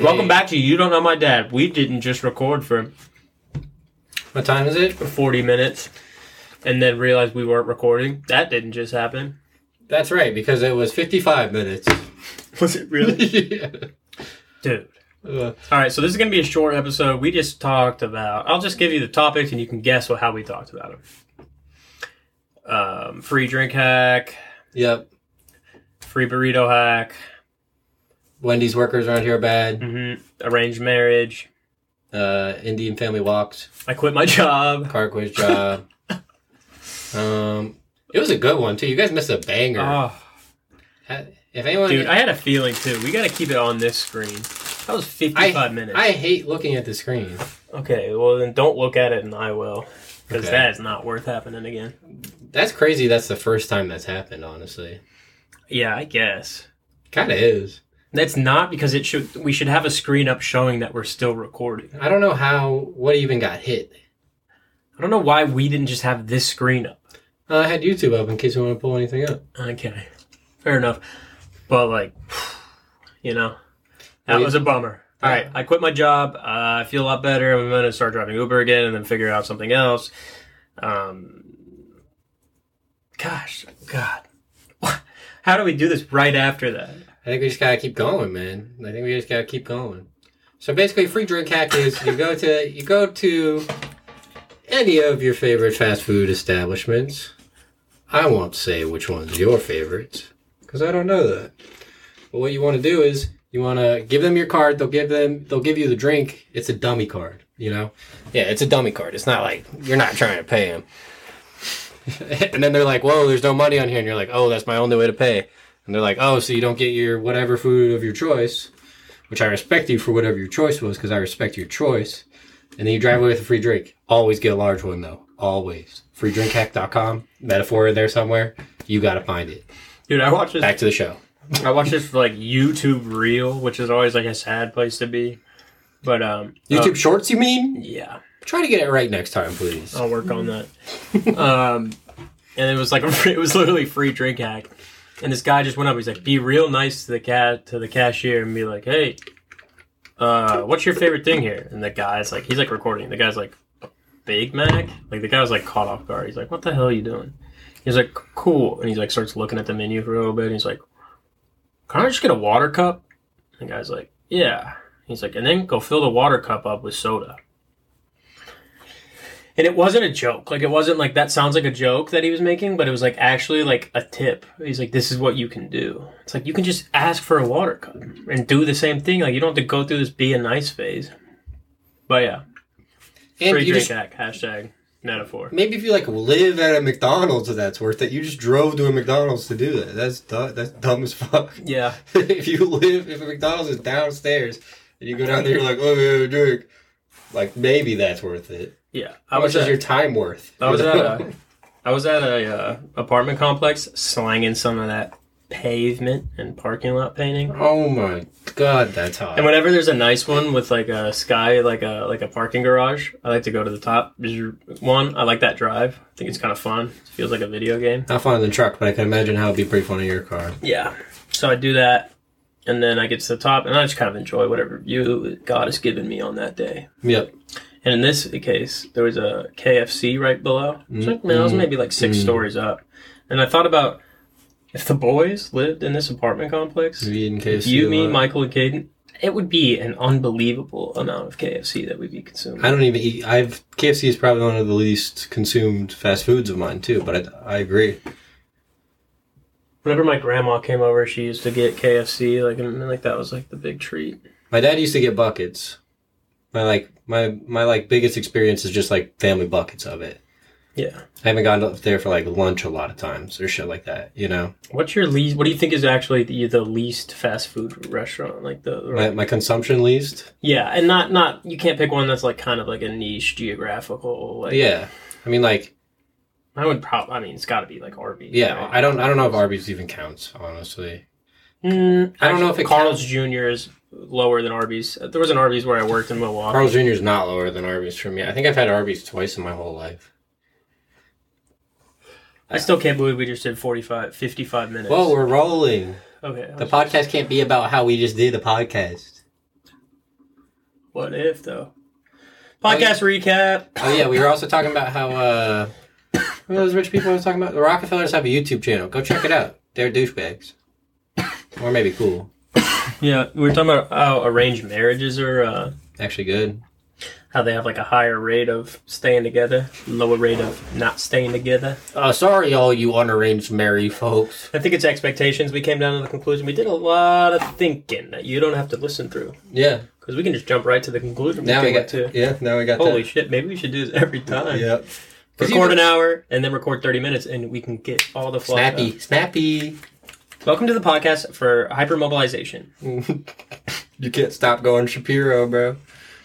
Welcome back to You Don't Know My Dad. We didn't just record for What time is it? 40 minutes and then realized we weren't recording. That didn't just happen. That's right, because it was 55 minutes. Was it yeah. Dude. Uh, All right, so this is going to be a short episode. We just talked about, I'll just give you the topics and you can guess what, how we talked about them. Um, free drink hack, yep. free burrito hack, Wendy's workers around here are bad. hmm arranged marriage, Uh, Indian family walks. I quit my job. Car quiz job. um, it was a good one, too. You guys missed a banger. Oh, Ha- if anyone. dude, I had a feeling too. We got to keep it on this screen. That was 55 minutes. I hate looking at the screen. Okay, well then don't look at it and I will. Because Okay. that is not worth happening again. That's crazy. That's the first time that's happened, honestly. Yeah, I guess. Kind of is. That's not because it should we should have a screen up showing that we're still recording. I don't know how. What even got hit? I don't know why we didn't just have this screen up. Uh, I had YouTube up in case you want to pull anything up. Okay. Fair enough. But like you know. That We- was a bummer. All right, Yeah. I quit my job. Uh, I feel a lot better. I'm going to start driving Uber again and then figure out something else. Um, gosh, God. How do we do this right after that? I think we just gotta keep going, man. I think we just gotta keep going. So basically, free drink hack is you go to you go to any of your favorite fast food establishments. I won't say which one's your favorites because I don't know that. But what you want to do is you want to give them your card. They'll give them they'll give you the drink. It's a dummy card, you know. Yeah, it's a dummy card. It's not like you're not trying to pay them. and then they're like, "Whoa, there's no money on here," and you're like, "Oh, that's my only way to pay." And they're like, oh, so you don't get your whatever food of your choice, which I respect you for whatever your choice was because I respect your choice. And then you drive away with a free drink. Always get a large one, though. Always. Freedrinkhack.com. Metaphor in there somewhere. You got to find it. Dude, I watched this. Back to the show. I watched this like YouTube reel, which is always like a sad place to be. But um, YouTube um, Shorts, you mean? yeah, Try to get it right next time, please. I'll work on that. um, and it was like it was literally free drink hack. And this guy just went up. He's like, "Be real nice to the cat to the cashier and be like, hey, uh, what's your favorite thing here?" And the guy's like, he's like recording. The guy's like, "Big Mac." Like the guy was like caught off guard. He's like, "What the hell are you doing?" He's like, "Cool," and he's like starts looking at the menu for a little bit. And he's like, "Can I just get a water cup?" And the guy's like, "Yeah." He's like, "And then go fill the water cup up with soda." And it wasn't a joke. Like it wasn't like that sounds like a joke that he was making, but it was like actually like a tip. He's like, "This is what you can do." It's like you can just ask for a water cup and do the same thing. Like you don't have to go through this be a nice phase. But yeah, And free you drink just, hack hashtag metaphor. maybe if you like live at a McDonald's if that's worth it, you just drove to a McDonald's to do that. That's, du- that's dumb as fuck. Yeah, if you live, if a McDonald's is downstairs and you go down there, you're like, oh, yeah, drink. Like maybe that's worth it. yeah. I How much was is at, your time worth? I was at a I was at a uh, apartment complex slanging some of that pavement and parking lot painting. oh my god, that's hot. And whenever there's a nice one with like a sky, like a like a parking garage, I like to go to the top There's one. I like that drive. I think it's kind of fun. It feels like a video game. Not fun in the truck, but I can imagine how it'd be pretty fun in your car. Yeah. So I do that, and then I get to the top, and I just kind of enjoy whatever view God has given me on that day. Yep. And in this case, there was a KFC right below. It's like, man, I was maybe like six stories up, and I thought about if the boys lived in this apartment complex, Maybe in case you, me, uh, Michael, and Caden. It would be an unbelievable amount of KFC that we'd be consuming. I don't even eat. I've KFC is probably one of the least consumed fast foods of mine too. But I, I agree. Whenever my grandma came over, she used to get KFC, like and like that was like the big treat. My dad used to get buckets. My like my my like biggest experience is just like family buckets of it. Yeah. I haven't gone up there for like lunch a lot of times or shit like that, you know? What's your least? What do you think is actually the, the least fast food restaurant? Like the My, my consumption least? yeah, and not not you can't pick one that's like kind of like a niche geographical. Like Yeah. I mean, like, I would probably. I mean, it's got to be like Arby's. yeah, right? I don't I don't know if Arby's even counts, honestly. Mm, I don't know actually, if it Carl's Jr. is lower than Arby's. There was an Arby's where I worked in Milwaukee. Carl's Jr. is not lower than Arby's for me. I think I've had Arby's twice in my whole life. I still can't believe we just did 45, 55 minutes. Whoa, we're rolling. okay. I The was- podcast can't be about how we just did a podcast. What if though? Podcast recap. Oh yeah, we were also talking about how uh, who those rich people I was talking about. The Rockefellers have a YouTube channel. Go check it out. They're douchebags, or maybe cool. Yeah, we were talking about how arranged marriages are. Uh, Actually, good. how they have like a higher rate of staying together, lower rate of not staying together. Uh, sorry, all you unarranged married folks. I think it's expectations. We came down to the conclusion. We did a lot of thinking that you don't have to listen through Yeah. because we can just jump right to the conclusion. Now we came got. up to. Yeah. Now we got. Holy shit! Maybe we should do this every that. time. Yep. Record an hour and then record thirty minutes, and we can get all the fluff. out. Snappy. Snappy. Welcome to the podcast for hypermobilization. you can't stop going Shapiro, bro.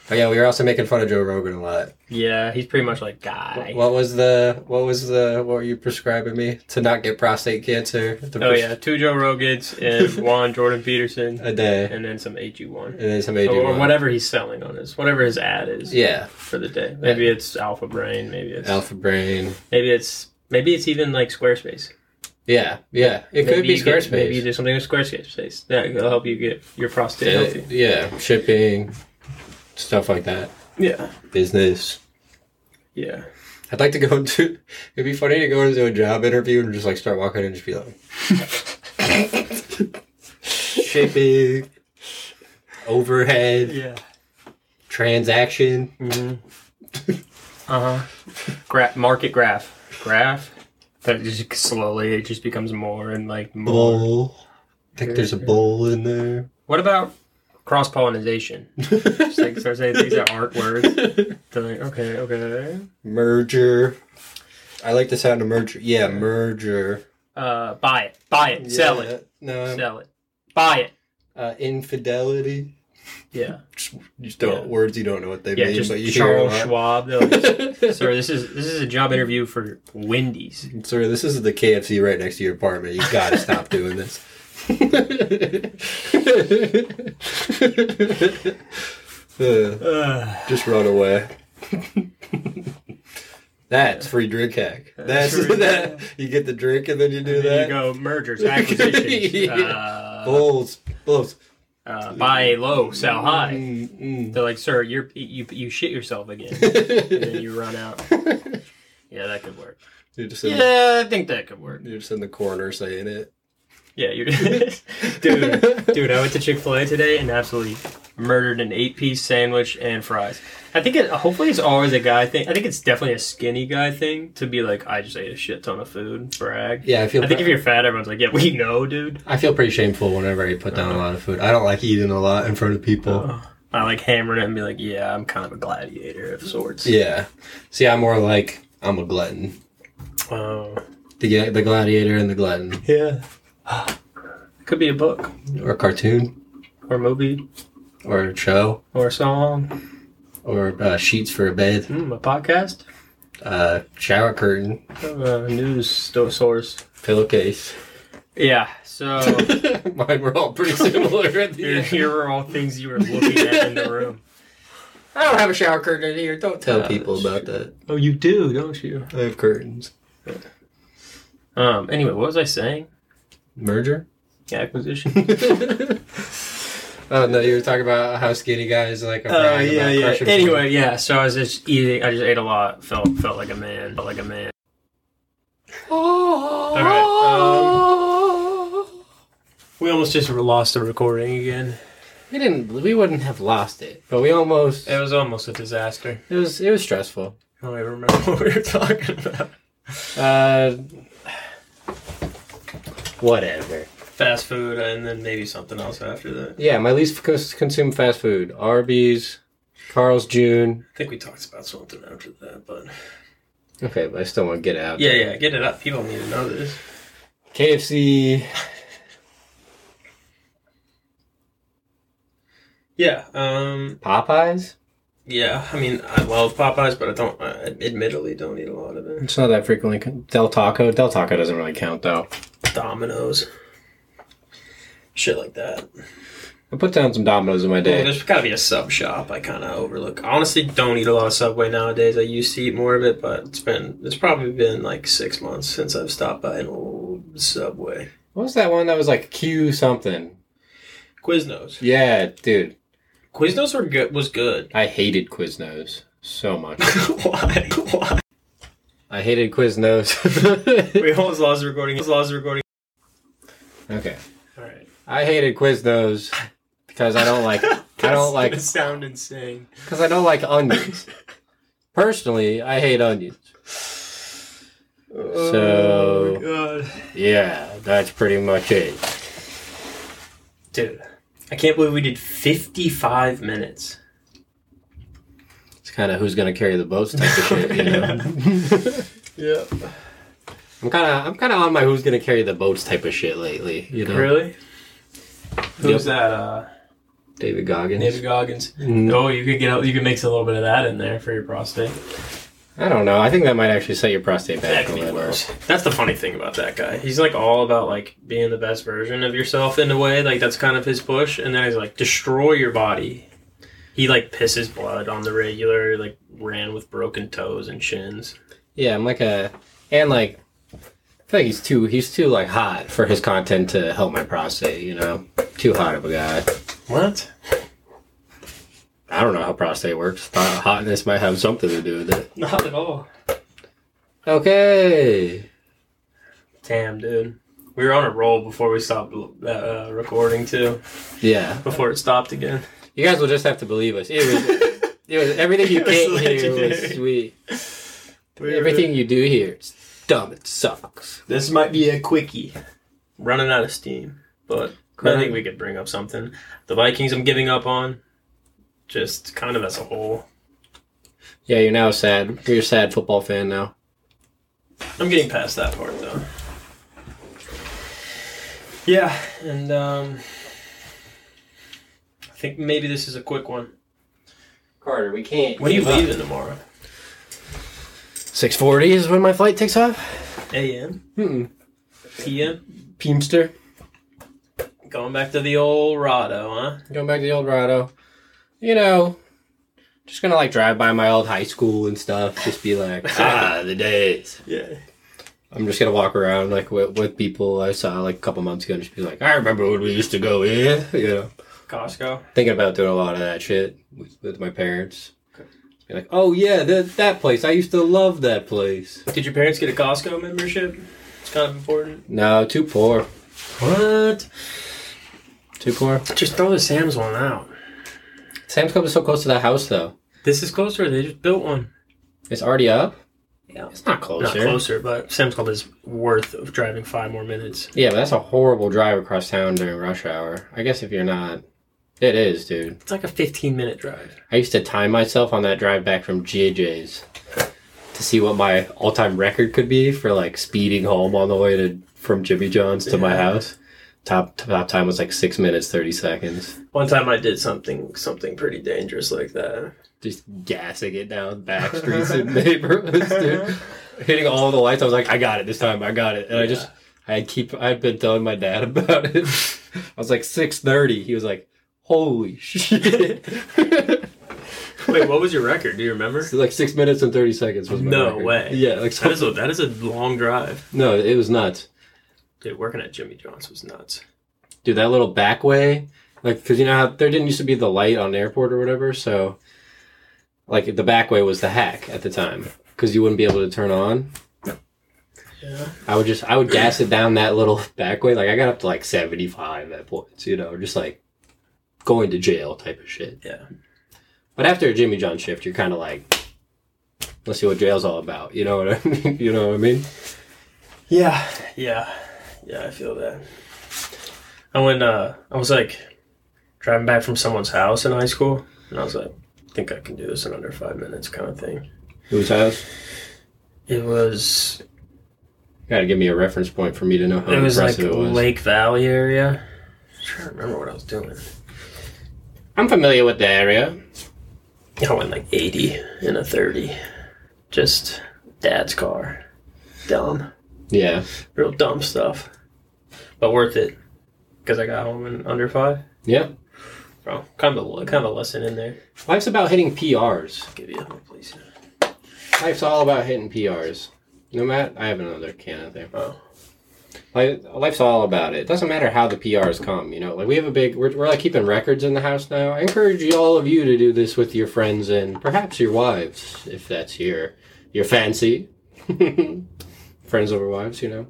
Oh yeah, we were also making fun of Joe Rogan a lot. Yeah, he's pretty much like guy. What was the what was the what were you prescribing me to not get prostate cancer? To Oh pres- yeah, two Joe Rogans and one Jordan Peterson, a day, and then some E AG1 and then somebody do or one. whatever he's selling on his, whatever his ad is Yeah, for the day. Maybe it's Alpha Brain. Maybe it's Alpha Brain. maybe it's maybe it's even like Squarespace. Yeah, yeah, it could Maybe be you get- Squarespace. maybe you do something with Squarespace that will help you get your prostate Uh, healthy. yeah, shipping, stuff like that. Yeah, Business. yeah. I'd like to go into. It'd be funny to go into a job interview and just like start walking in and just be like, shipping, overhead, Yeah. transaction. hmm uh huh. Gra- market graph. Graph. That just slowly it just becomes more and like more. bowl. I think there's a bowl in there. What about cross pollination? Just like start saying things that aren't words. They're like, okay, okay. merger. I like the sound of merger. Yeah, merger. Uh, buy it, buy it, sell it, Yeah, No, sell it, buy it. uh, infidelity. Yeah, Just, you just don't Yeah. words you don't know what they yeah. mean, Just but you Charles hear Schwab. They're like, it a lot. Sir, this is this is a job interview for Wendy's. Sir, this is the KFC right next to your apartment. You gotta stop doing this. Uh, Uh, just run away. That's free drink hack. That's free- that. You get the drink and then you do and that. then you go mergers, acquisitions. uh, Bulls, bulls. uh, buy low, sell high. Mm, They're like, sir, you're you you shit yourself again, and then mm. you run out. Yeah, that could work. you're, just in, Yeah, I think that could work. you're just in the corner saying it. Yeah, you're dude. Dude, I went to Chick Fil A today and absolutely murdered an eight-piece sandwich and fries. I think it. Hopefully, it's always a guy thing. I think it's definitely a skinny guy thing to be like, I just ate a shit ton of food, brag. Yeah, I feel. I think if you're fat, everyone's like, yeah, we know, dude. I feel pretty shameful whenever I put down a lot of food. I don't like eating a lot in front of people. I like hammering it and be like, yeah, I'm kind of a gladiator of sorts. Yeah. See, I'm more like I'm a glutton. Oh, The ga- the gladiator and the glutton, yeah. Could be a book or a cartoon, or a movie or a show, or a song, or uh, sheets for a bed, mm, a podcast, uh, uh, shower curtain, a news sto- source. pillowcase. Yeah. So. Mine were all pretty similar. Uh-huh. At the Here, end. here were all things you were looking at in the room. I don't have a shower curtain in here. Don't tell Uh, people about that. Oh, you do, don't you? I have curtains. Um. Anyway, what was I saying? Merger. Acquisition. oh no, you were talking about how skinny guys like. a Oh brag yeah, about yeah. crushing Anyway, yeah. So I was just eating. I just ate a lot. Felt felt like a man. Felt like a man. people. Oh. um, Alright, We almost just lost the recording again. we didn't. We wouldn't have lost it, but we almost. It It was almost a disaster. was. It was stressful. I don't even remember what we were talking about. Uh. Whatever. Fast food, and then maybe something else after that. Yeah, my least cons- consumed fast food: Arby's, Carl's June. I think we talked about something after that, but Okay, but I still want to get out. yeah, yeah. Get it up. People need to know this. KFC. Yeah. Um. Popeyes? Yeah, I mean, I love Popeyes, but I don't. I admittedly don't eat a lot of it. It's not that frequently. con- Del Taco? Del Taco doesn't really count, though. Domino's, shit like that. I put down some Domino's in my Well, day. Oh, there's got to be a sub shop. I kind of overlook. I honestly don't eat a lot of Subway nowadays. I used to eat more of it, but it's been it's probably been like six months since I've stopped by an old Subway. What was that one that was like Q something? Quiznos. Yeah, dude. Quiznos were good, was good. I hated Quiznos so much. Why? Why? I hated Quiznos. We almost lost the recording. Almost lost the recording. okay. All right. I hated Quiznos because I don't like I don't like It sound insane. because I don't like onions. Personally, I hate onions. Oh, God. Yeah, that's pretty much it. Dude, I can't believe we did 55 minutes. It's kind of who's gonna carry the boats type of shit. You know? Yeah. I'm kind of I'm kind of on my who's gonna carry the boats type of shit lately. You know, Really? Who's that? Uh, David Goggins. David Goggins. Mm. Oh, you could get out. You could mix a little bit of that in there for your prostate. I don't know. I think that might actually set your prostate back. a little. That's the funny thing about that guy. He's like all about like being the best version of yourself in a way. Like that's kind of his push. And then he's like destroy your body. He like pisses blood on the regular. Like ran with broken toes and shins. Yeah, I'm like a and like I feel like he's too he's too like hot for his content to help my prostate. You know, too hot of a guy. What? I don't know how prostate works. Thought hotness might have something to do with it. Not at all. Okay. Damn, dude. We were on a roll before we stopped uh, recording too. Yeah, Before it stopped again. you guys will just have to believe us. It was, it was everything you It was can't hear was legendary. sweet. Everything you do here, it's dumb. It sucks. This might be a quickie. Running out of steam, but I think we could bring up something. The Vikings, I'm giving up on. Just kind of as a whole. Yeah, you're now sad. You're a sad football fan now. I'm getting past that part though. Yeah, and um, I think maybe this is a quick one. Carter, we can't. When are you leaving tomorrow? Six forty is when my flight takes off. A.M. Hmm. P.M. Peamster. Going back to the old Rado, huh? Going back to the old Rado. You know, just gonna like drive by my old high school and stuff. Just be like, ah, the days. Yeah. I'm just gonna walk around like with, with people I saw like a couple months ago and just be like, I remember when we used to go here. You know, Costco. thinking about doing a lot of that shit with, with my parents. Okay. Be like, oh yeah, that that place. I used to love that place. Did your parents get a Costco membership? It's kind of important. No, too poor. What? Too poor. Just throw the Sam's one out. Sam's Club is so close to that house though. This is closer. They just built one. It's already up. Yeah. It's not closer. Not closer, but Sam's Club is worth of driving five more minutes. Yeah, but that's a horrible drive across town during rush hour. I guess if you're not, it is, dude. It's like a 15 minute drive. I used to time myself on that drive back from JJ's to see what my all-time record could be for like speeding home on the way to from Jimmy John's to my Yeah. house. Top top time was like six minutes thirty seconds. One time I did something something pretty dangerous like that. Just gassing it down back streets and neighborhoods, dude. Hitting all the lights. I was like, I got it this time. I got it. And I just I keep I've been telling my dad about it. I was like six thirty. He was like, Holy shit. Wait, what was your record? Do you remember? So, like six minutes and thirty seconds was my No record. way. Yeah, like That is a that is a long drive. no, it was nuts. Dude, working at Jimmy John's was nuts. Dude, that little back way. Like, cause you know how there didn't used to be the light on the airport or whatever, so like the back way was the hack at the time. Cause you wouldn't be able to turn on. Yeah. I would just I would gas it down that little back way. Like I got up to like seventy five at points, you know, just like going to jail type of shit. Yeah. But after a Jimmy John shift, you're kind of like, let's see what jail's all about. You know what I mean? you know what I mean? Yeah. Yeah. Yeah, I feel that. I went uh I was like driving back from someone's house in high school and I was like, I think I can do this in under five minutes kind of thing. Whose house? It was Gotta give me a reference point for me to know how it was like impressive it was. Lake Valley area. I'm trying to remember what I was doing. I'm familiar with the area. I went like 80 in a 30. Just dad's car. Dumb. Yeah. Real dumb stuff. But worth it. Because I got home in under five. Yeah. Bro, Oh, kind of, a- kind of a lesson in there. Life's about hitting PRs. Give you a hug, please. Life's all about hitting PRs. No, Matt, I have another can of there. Oh. Like life's all about it. It doesn't matter how the PRs come, you know. Like we have a big, we're, we're like keeping records in the house now. I encourage you- all of you to do this with your friends and perhaps your wives, if that's your your fancy. friends over wives, you know.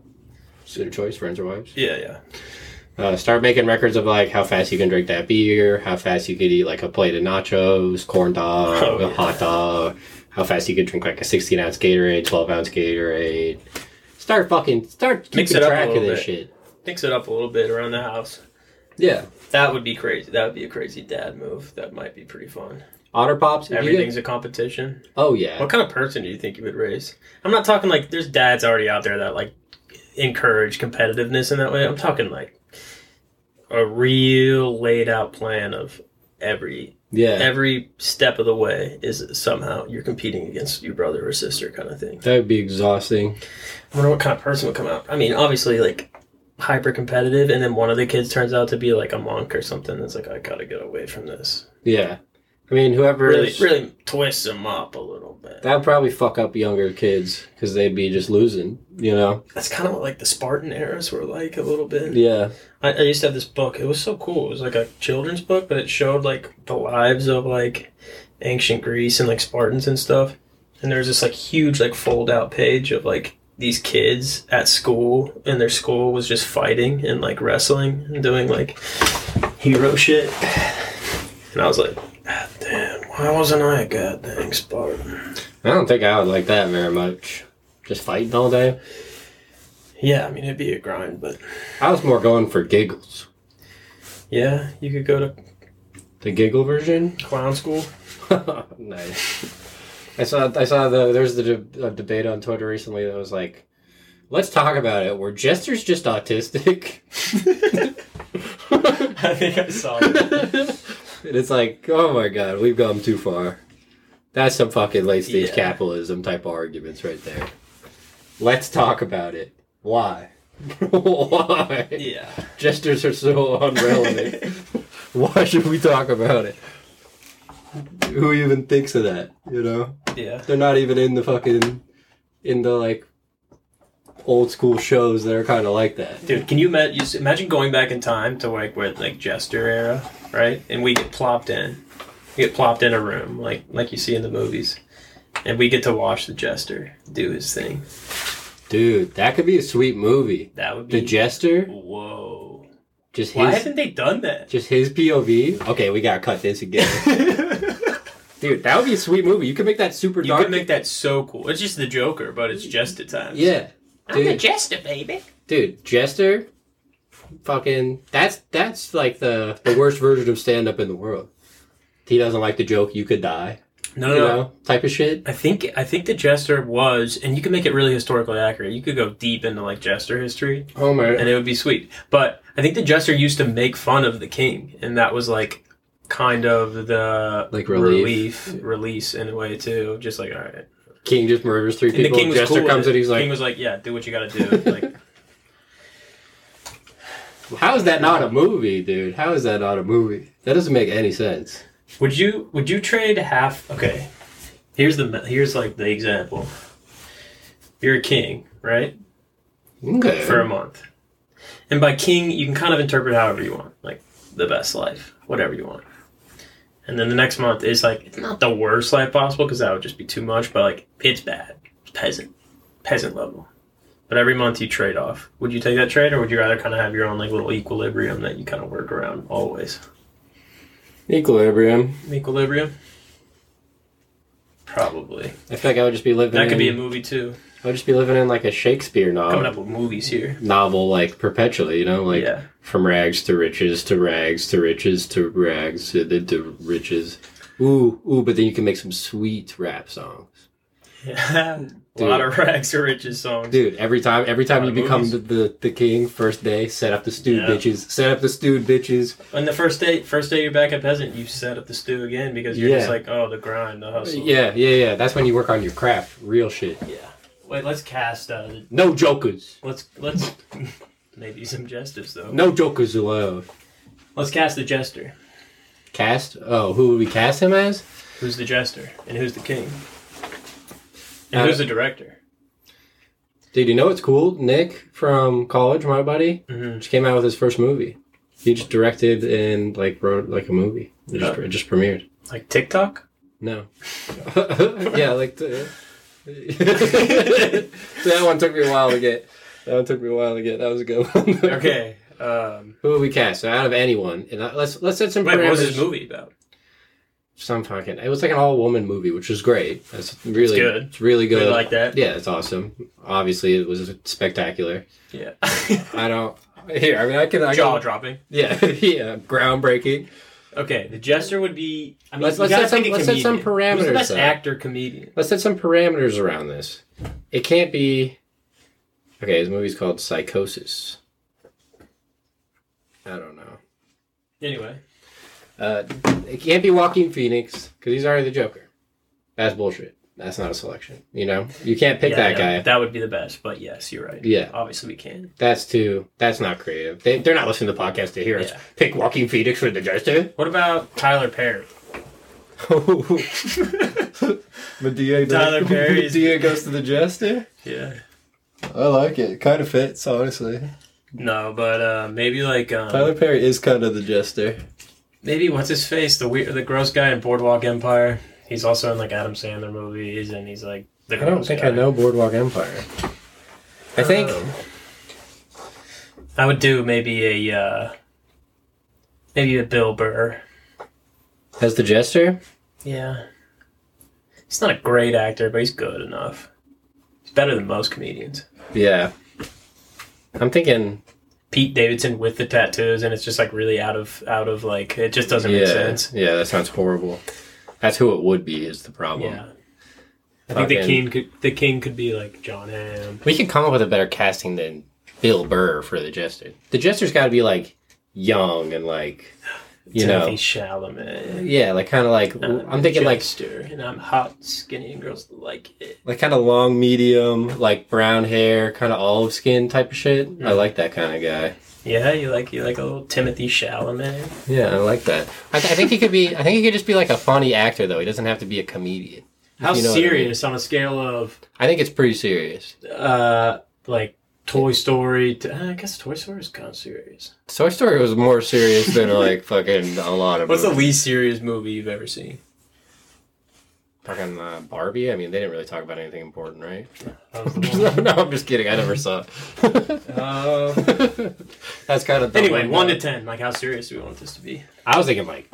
It's their choice, friends or wives. Yeah, yeah. Uh, start making records of like how fast you can drink that beer, how fast you could eat like a plate of nachos, corn dog, Oh, a yeah. hot dog, how fast you could drink like a 16 ounce Gatorade, 12 ounce Gatorade. Start fucking start keeping Mix it up a track of little this bit. shit. Mix it up a little bit around the house. Yeah, That would be crazy. That would be a crazy dad move. That might be pretty fun. otter pops. if you Everything's get- a competition. Oh yeah, What kind of person do you think you would raise? I'm not talking like there's dads already out there that like encourage competitiveness in that way. I'm talking like a real laid out plan of every yeah. every step of the way is somehow you're competing against your brother or sister kind of thing. that would be exhausting. I wonder what kind of person would come out. I mean, obviously like hyper competitive and then one of the kids turns out to be like a monk or something that's like I gotta get away from this. Yeah, I mean whoever Really really twist them up a little bit. that would probably fuck up younger kids because they'd be just losing. You know? That's kind of what like the Spartan eras were like a little bit. Yeah, I, I used to have this book. It was so cool. It was like a children's book, but it showed like the lives of like ancient Greece and like Spartans and stuff. And there was this like huge like fold out page of like these kids at school, and their school was just fighting and like wrestling and doing like hero shit. And I was like, ah, damn, why wasn't I a goddamn Spartan? I don't think I would like that very much. Just fighting all day. Yeah, I mean it'd be a grind, but I was more going for giggles. yeah, you could go to The giggle version. clown school. nice. I saw. I saw the. There's the de- a debate on Twitter recently that was like, "Let's talk about it." Were jesters just autistic? I think I saw it. and it's like, oh my god, we've gone too far. That's some fucking late stage Yeah. capitalism type arguments right there. Let's talk about it. Why? Why? Yeah. Gestures are so unrelevant. Why should we talk about it? Who even thinks of that? You know, Yeah. they're not even in the fucking in the like old school shows that are kind of like that. Dude, can you ima- you s- imagine going back in time to like where like Jester era, right? And we get plopped in, we get plopped in a room like like you see in the movies, and we get to watch the Jester do his thing. Dude, that could be a sweet movie. That would be The Jester, whoa. just Why his haven't they done that? just his POV. Okay, we gotta cut this again. Dude, that would be a sweet movie. You could make that super You dark. could make that so cool. It's just the Joker, but it's just at times. yeah, dude, Jester, baby. dude, Jester, fucking that's that's like the the worst version of stand up in the world. He doesn't like the joke. You could die. No, You no, no. know, type of shit. I think I think the Jester was, and you could make it really historically accurate. You could go deep into like Jester history. Oh and my. it would be sweet. But I think the jester used to make fun of the king, and that was like kind of the Like relief. release in a way too. Just like all right, King just murders three and the people. king was Jester cool. with comes it. and he's The like, king was like, yeah, do what you got to do. Like, "How is that not a movie, dude? How is that not a movie? That doesn't make any sense." would you would you trade half? Okay, here's the me- here's like the example. You're a king, right? Okay. for a month. And by king, you can kind of interpret however you want, like the best life, whatever you want. And then the next month is like it's not the worst life possible because that would just be too much, but like it's bad, It's peasant, peasant level. But every month you trade off. Would you take that trade, or would you rather kind of have your own like little equilibrium that you kind of work around always? Equilibrium. Equilibrium. Probably. I feel like I would just be living. That could be a in- movie too. I would just be living in like a Shakespeare novel. Coming up with movies here. novel like perpetually, you know, like Yeah. from rags to riches to rags to riches to rags to, to, to riches. Ooh, ooh, but then you can make some sweet rap songs. Yeah. a lot of rags to riches songs. Dude, every time every time you Lot of become the, movies. the, the king, first day, set up the stewed Yeah. bitches. Set up the stewed bitches. On the first day, first day you're back at peasant, you set up the stew again because you're just Yeah. like, oh, the grind, the hustle. Yeah, yeah, yeah. That's when you work on your craft. Real shit. yeah. Wait, let's cast. Uh, No jokers. let's let's maybe some jesters though. No jokers allowed. Let's cast the jester. Cast? Oh, who would we cast him as? Who's the jester and who's the king? Uh, And who's the director? Dude, you know what's cool? Nick from college, my buddy, Mm-hmm. just came out with his first movie. He just directed and like wrote like a movie. It Oh. just, it just premiered. Like TikTok? No. yeah, like the, that one took me a while to get. That one took me a while to get. That was a good one. Okay. Um, Who would we cast? So out of anyone, and I- let's let's set some wait, what was parameters. this movie about? Some fucking. It was like an all woman movie, which was great. That's really good. It's really good. Really like that? yeah, it's awesome. Obviously, it was spectacular. Yeah. I don't. Here, I mean, I can. I Jaw can dropping. yeah, yeah, groundbreaking. Okay, the jester would be. I mean, Let's- you let's gotta set some- pick a let's set some comedian. Who's the parameters best up. actor comedian? Let's set some parameters around this. It can't be. Okay, his movie's called Psychosis. I don't know. Anyway, Uh, it can't be Joaquin Phoenix because he's already the Joker. That's bullshit. That's not a selection. You know, you can't pick Yeah, that no, guy. That would be the best. But yes, you're right. Yeah, Obviously, we can. that's too. That's not creative. They, they're not listening to the podcast to hear us Yeah. pick Joaquin Phoenix for the Joker. What about Tyler Perry? Medea Tyler Perry's- Medea goes to the jester. Yeah. I like it. Kind of fits, honestly. No, but uh, maybe like um, Perry is kind of the jester. maybe what's his face? The weird, the gross guy in Boardwalk Empire. He's also in like Adam Sandler movies, and he's like the. I don't gross think guy. I know Boardwalk Empire. Oh. I think Um, I would do maybe a uh, maybe a Bill Burr. as the jester. Yeah, he's not a great actor, but he's good enough. He's better than most comedians. Yeah, I'm thinking. Pete Davidson with the tattoos, and it's just like really out of out of like it just doesn't yeah, make sense. yeah, that sounds horrible. That's who it would be is the problem. Yeah, I think the king Fucking- could the king could be like John Hamm. We could come up with a better casting than Bill Burr for the Jester. The Jester's got to be like young and like, you Timothy Uh, know, Chalamet. yeah, like kind of like I'm thinking like Jester, and I'm hot, skinny, and girls like it. like kind of long, medium, like brown hair, kind of olive skin type of shit. I Mm. like that kind of guy. Yeah, you like you like a little Timothy Chalamet. Yeah, I like that. I, th- I think he could be. I think he could just be like a funny actor though. He doesn't have to be a comedian. How you know what I mean. serious on a scale of I think it's pretty serious. uh like Toy Story? To, uh, I guess Toy Story is kind of serious. Toy Story was more serious than like fucking a lot of. What's the movies. least serious movie you've ever seen? fucking uh, Barbie? I mean, they didn't really talk about anything important, right? That was the no, one. no, I'm just kidding. I never saw. it. Uh, That's kind of anyway, one to ten. Like how serious do we want this to be? I was thinking like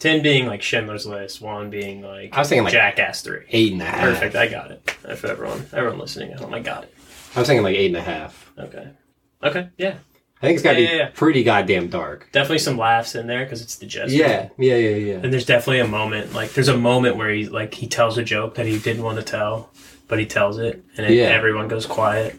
Ten being like Schindler's List, one being like I was thinking like- Jackass Three. eight and a half. Perfect. I got it. For everyone, everyone listening at home, I got it. I was thinking like eight and a half. Okay. Okay. Yeah. I think it's got to Yeah, be yeah, yeah. pretty goddamn dark. Definitely some laughs in there because it's the jester. Yeah, yeah, yeah, yeah. And there's definitely a moment, like there's a moment where he like he tells a joke that he didn't want to tell, but he tells it, and then Yeah. everyone goes quiet,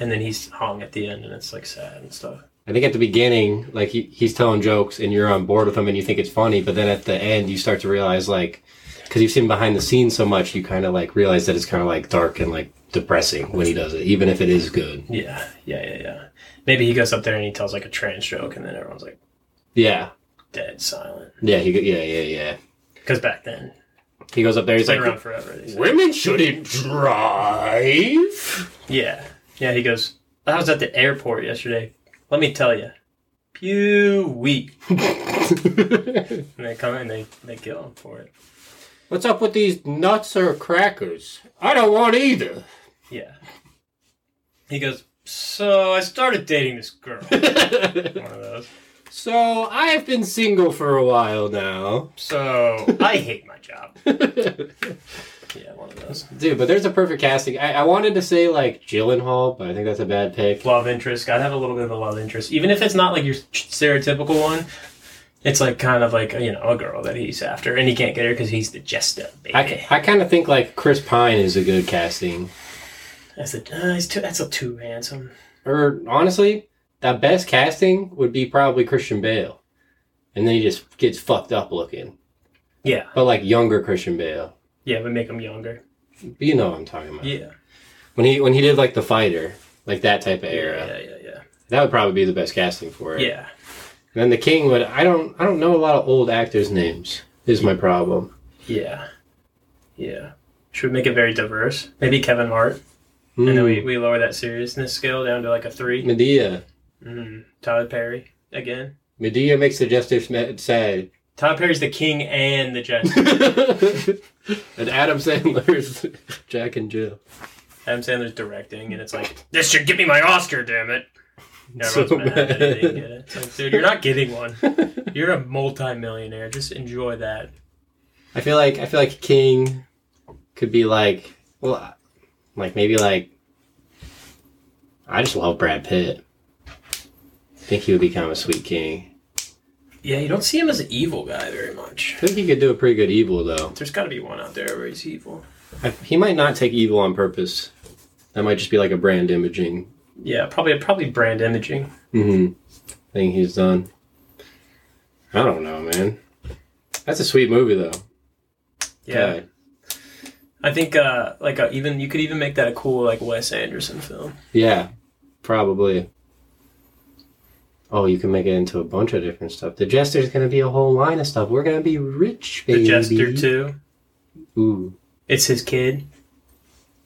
and then he's hung at the end, and it's like sad and stuff. I think at the beginning, like he, he's telling jokes and you're on board with him and you think it's funny, but then at the end you start to realize like because you've seen behind the scenes so much, you kind of like realize that it's kind of like dark and like depressing when he does it, even if it is good. Yeah, yeah, yeah, yeah. Maybe he goes up there and he tells like a trans joke, and then everyone's like Yeah, dead silent yeah, he, go- yeah, yeah, yeah. because back then He goes up there, he's it's like like, around forever. They say. "Women shouldn't drive." Yeah, yeah. He goes, I was at the airport yesterday. Let me tell you, pew wee, and they come and they they kill him for it. What's up with these nuts or crackers? I don't want either. Yeah. He goes, So I started dating this girl. One of those. so I've been single for a while now. So I hate my job. Yeah, one of those. Dude, but there's a perfect casting. I, I wanted to say like Gyllenhaal, but I think that's a bad pick. Love interest. Gotta have a little bit of a love interest. Even if it's not like your stereotypical one, it's like kind of like, you know, a girl that he's after. And he can't get her because he's the jester, baby. I, I kind of think like Chris Pine is a good casting. That's, a, uh, he's too, that's a too handsome. Or honestly, the best casting would be probably Christian Bale. And then he just gets fucked up looking. Yeah. But like younger Christian Bale. Yeah, we make him younger. You know what I'm talking about. Yeah. When he when he did like The Fighter, like that type of era. Yeah, yeah, yeah, That would probably be the best casting yeah. for it. Yeah. And then the king would I don't I don't know a lot of old actors' names is my problem. Yeah. Yeah. Should we make it very diverse? Maybe Kevin Hart. Mm. and then we, we lower that seriousness scale down to like a three. Hmm. Medea. Mm, Tyler Perry again. Medea makes the justice ma- sad. Tyler Perry's the king and the justice. and Adam Sandler's Jack and Jill. Adam Sandler's directing, and it's like this should give me my Oscar, damn it. And Everyone's So mad that they didn't bad. get it. It's like, dude, you're not getting one. You're a multi-millionaire. Just enjoy that. I feel like I feel like King could be like well, like maybe like I just love Brad Pitt. I think he would become a sweet king. Yeah, you don't see him as an evil guy very much. I think he could do a pretty good evil though. There's got to be one out there where he's evil. I, he might not take evil on purpose. That might just be like a brand imaging Yeah, probably probably brand imaging. hmm thing he's done. I don't know, man. That's a sweet movie though. Yeah, God. I think uh, like uh even you could even make that a cool like Wes Anderson film. Yeah, probably. Oh, you can make it into a bunch of different stuff. The Jester's gonna be a whole line of stuff. We're gonna be rich, The baby. Jester too. Ooh, It's his kid,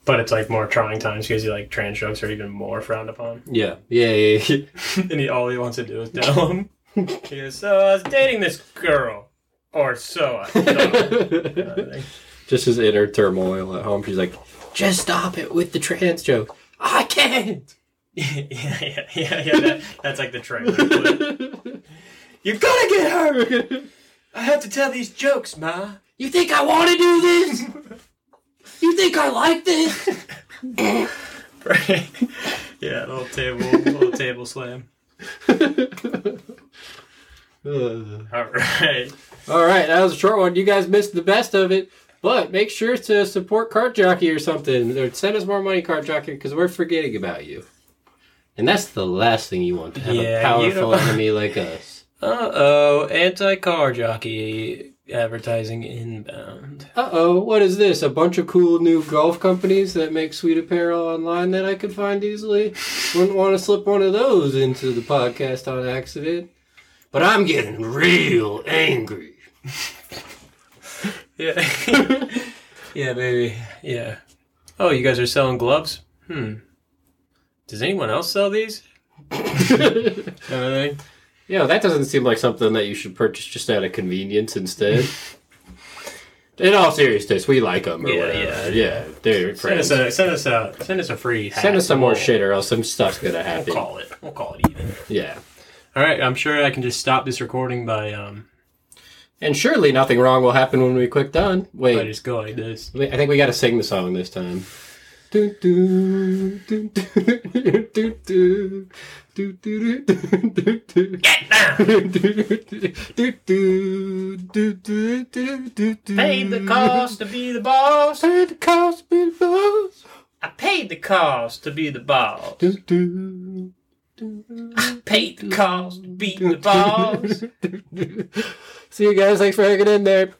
but it's like more trying times because he like trans jokes are even more frowned upon. yeah, yeah, yeah. yeah. and he all he wants to do is tell him. He goes, so I was dating this girl, or so I thought. Uh, Just his inner turmoil at home. She's like, "Just stop it with the trans joke." I can't. yeah, yeah, yeah, yeah. That, that's like the trailer. But You've gotta get her. I have to tell these jokes, ma. You think I want to do this? You think I like this? Right? yeah, little table, little table slam. Ugh. All right. All right, that was a short one. You guys missed the best of it, but make sure to support Cart Jockey or something, or send us more money, Cart Jockey, because we're forgetting about you. And that's the last thing you want to have Yeah, a you powerful don't- enemy like us. Uh oh, anti car jockey advertising inbound. Uh oh, what is this? A bunch of cool new golf companies that make sweet apparel online that I could find easily? Wouldn't want to slip one of those into the podcast on accident. But I'm getting real angry. Yeah. yeah, baby. Yeah. Oh, you guys are selling gloves? Hmm. Does anyone else sell these? Kind of thing. Yeah, that doesn't seem like something that you should purchase just out of convenience instead. In all seriousness, we like them or Yeah, whatever. Yeah, they're Send friends. us a send us a send us a free. Hat. Send us some more We'll- shit or else some stuff's gonna We'll happen. call it. We'll call it even. Yeah. All right. I'm sure I can just stop this recording by um And surely nothing wrong will happen when we click done. by Wait, just go like this. wait, I think we gotta sing the song this time. Do, do, do, do, do, do, do, do, do, do, do, Get down. do, do, do, do, do, do, do, do. Paid the cost to be the boss. Paid the cost, be the boss. I paid the cost to be the boss. Do, do, do, do, Paid the cost to be do, the boss. do, do. See you guys. Thanks for hanging in there.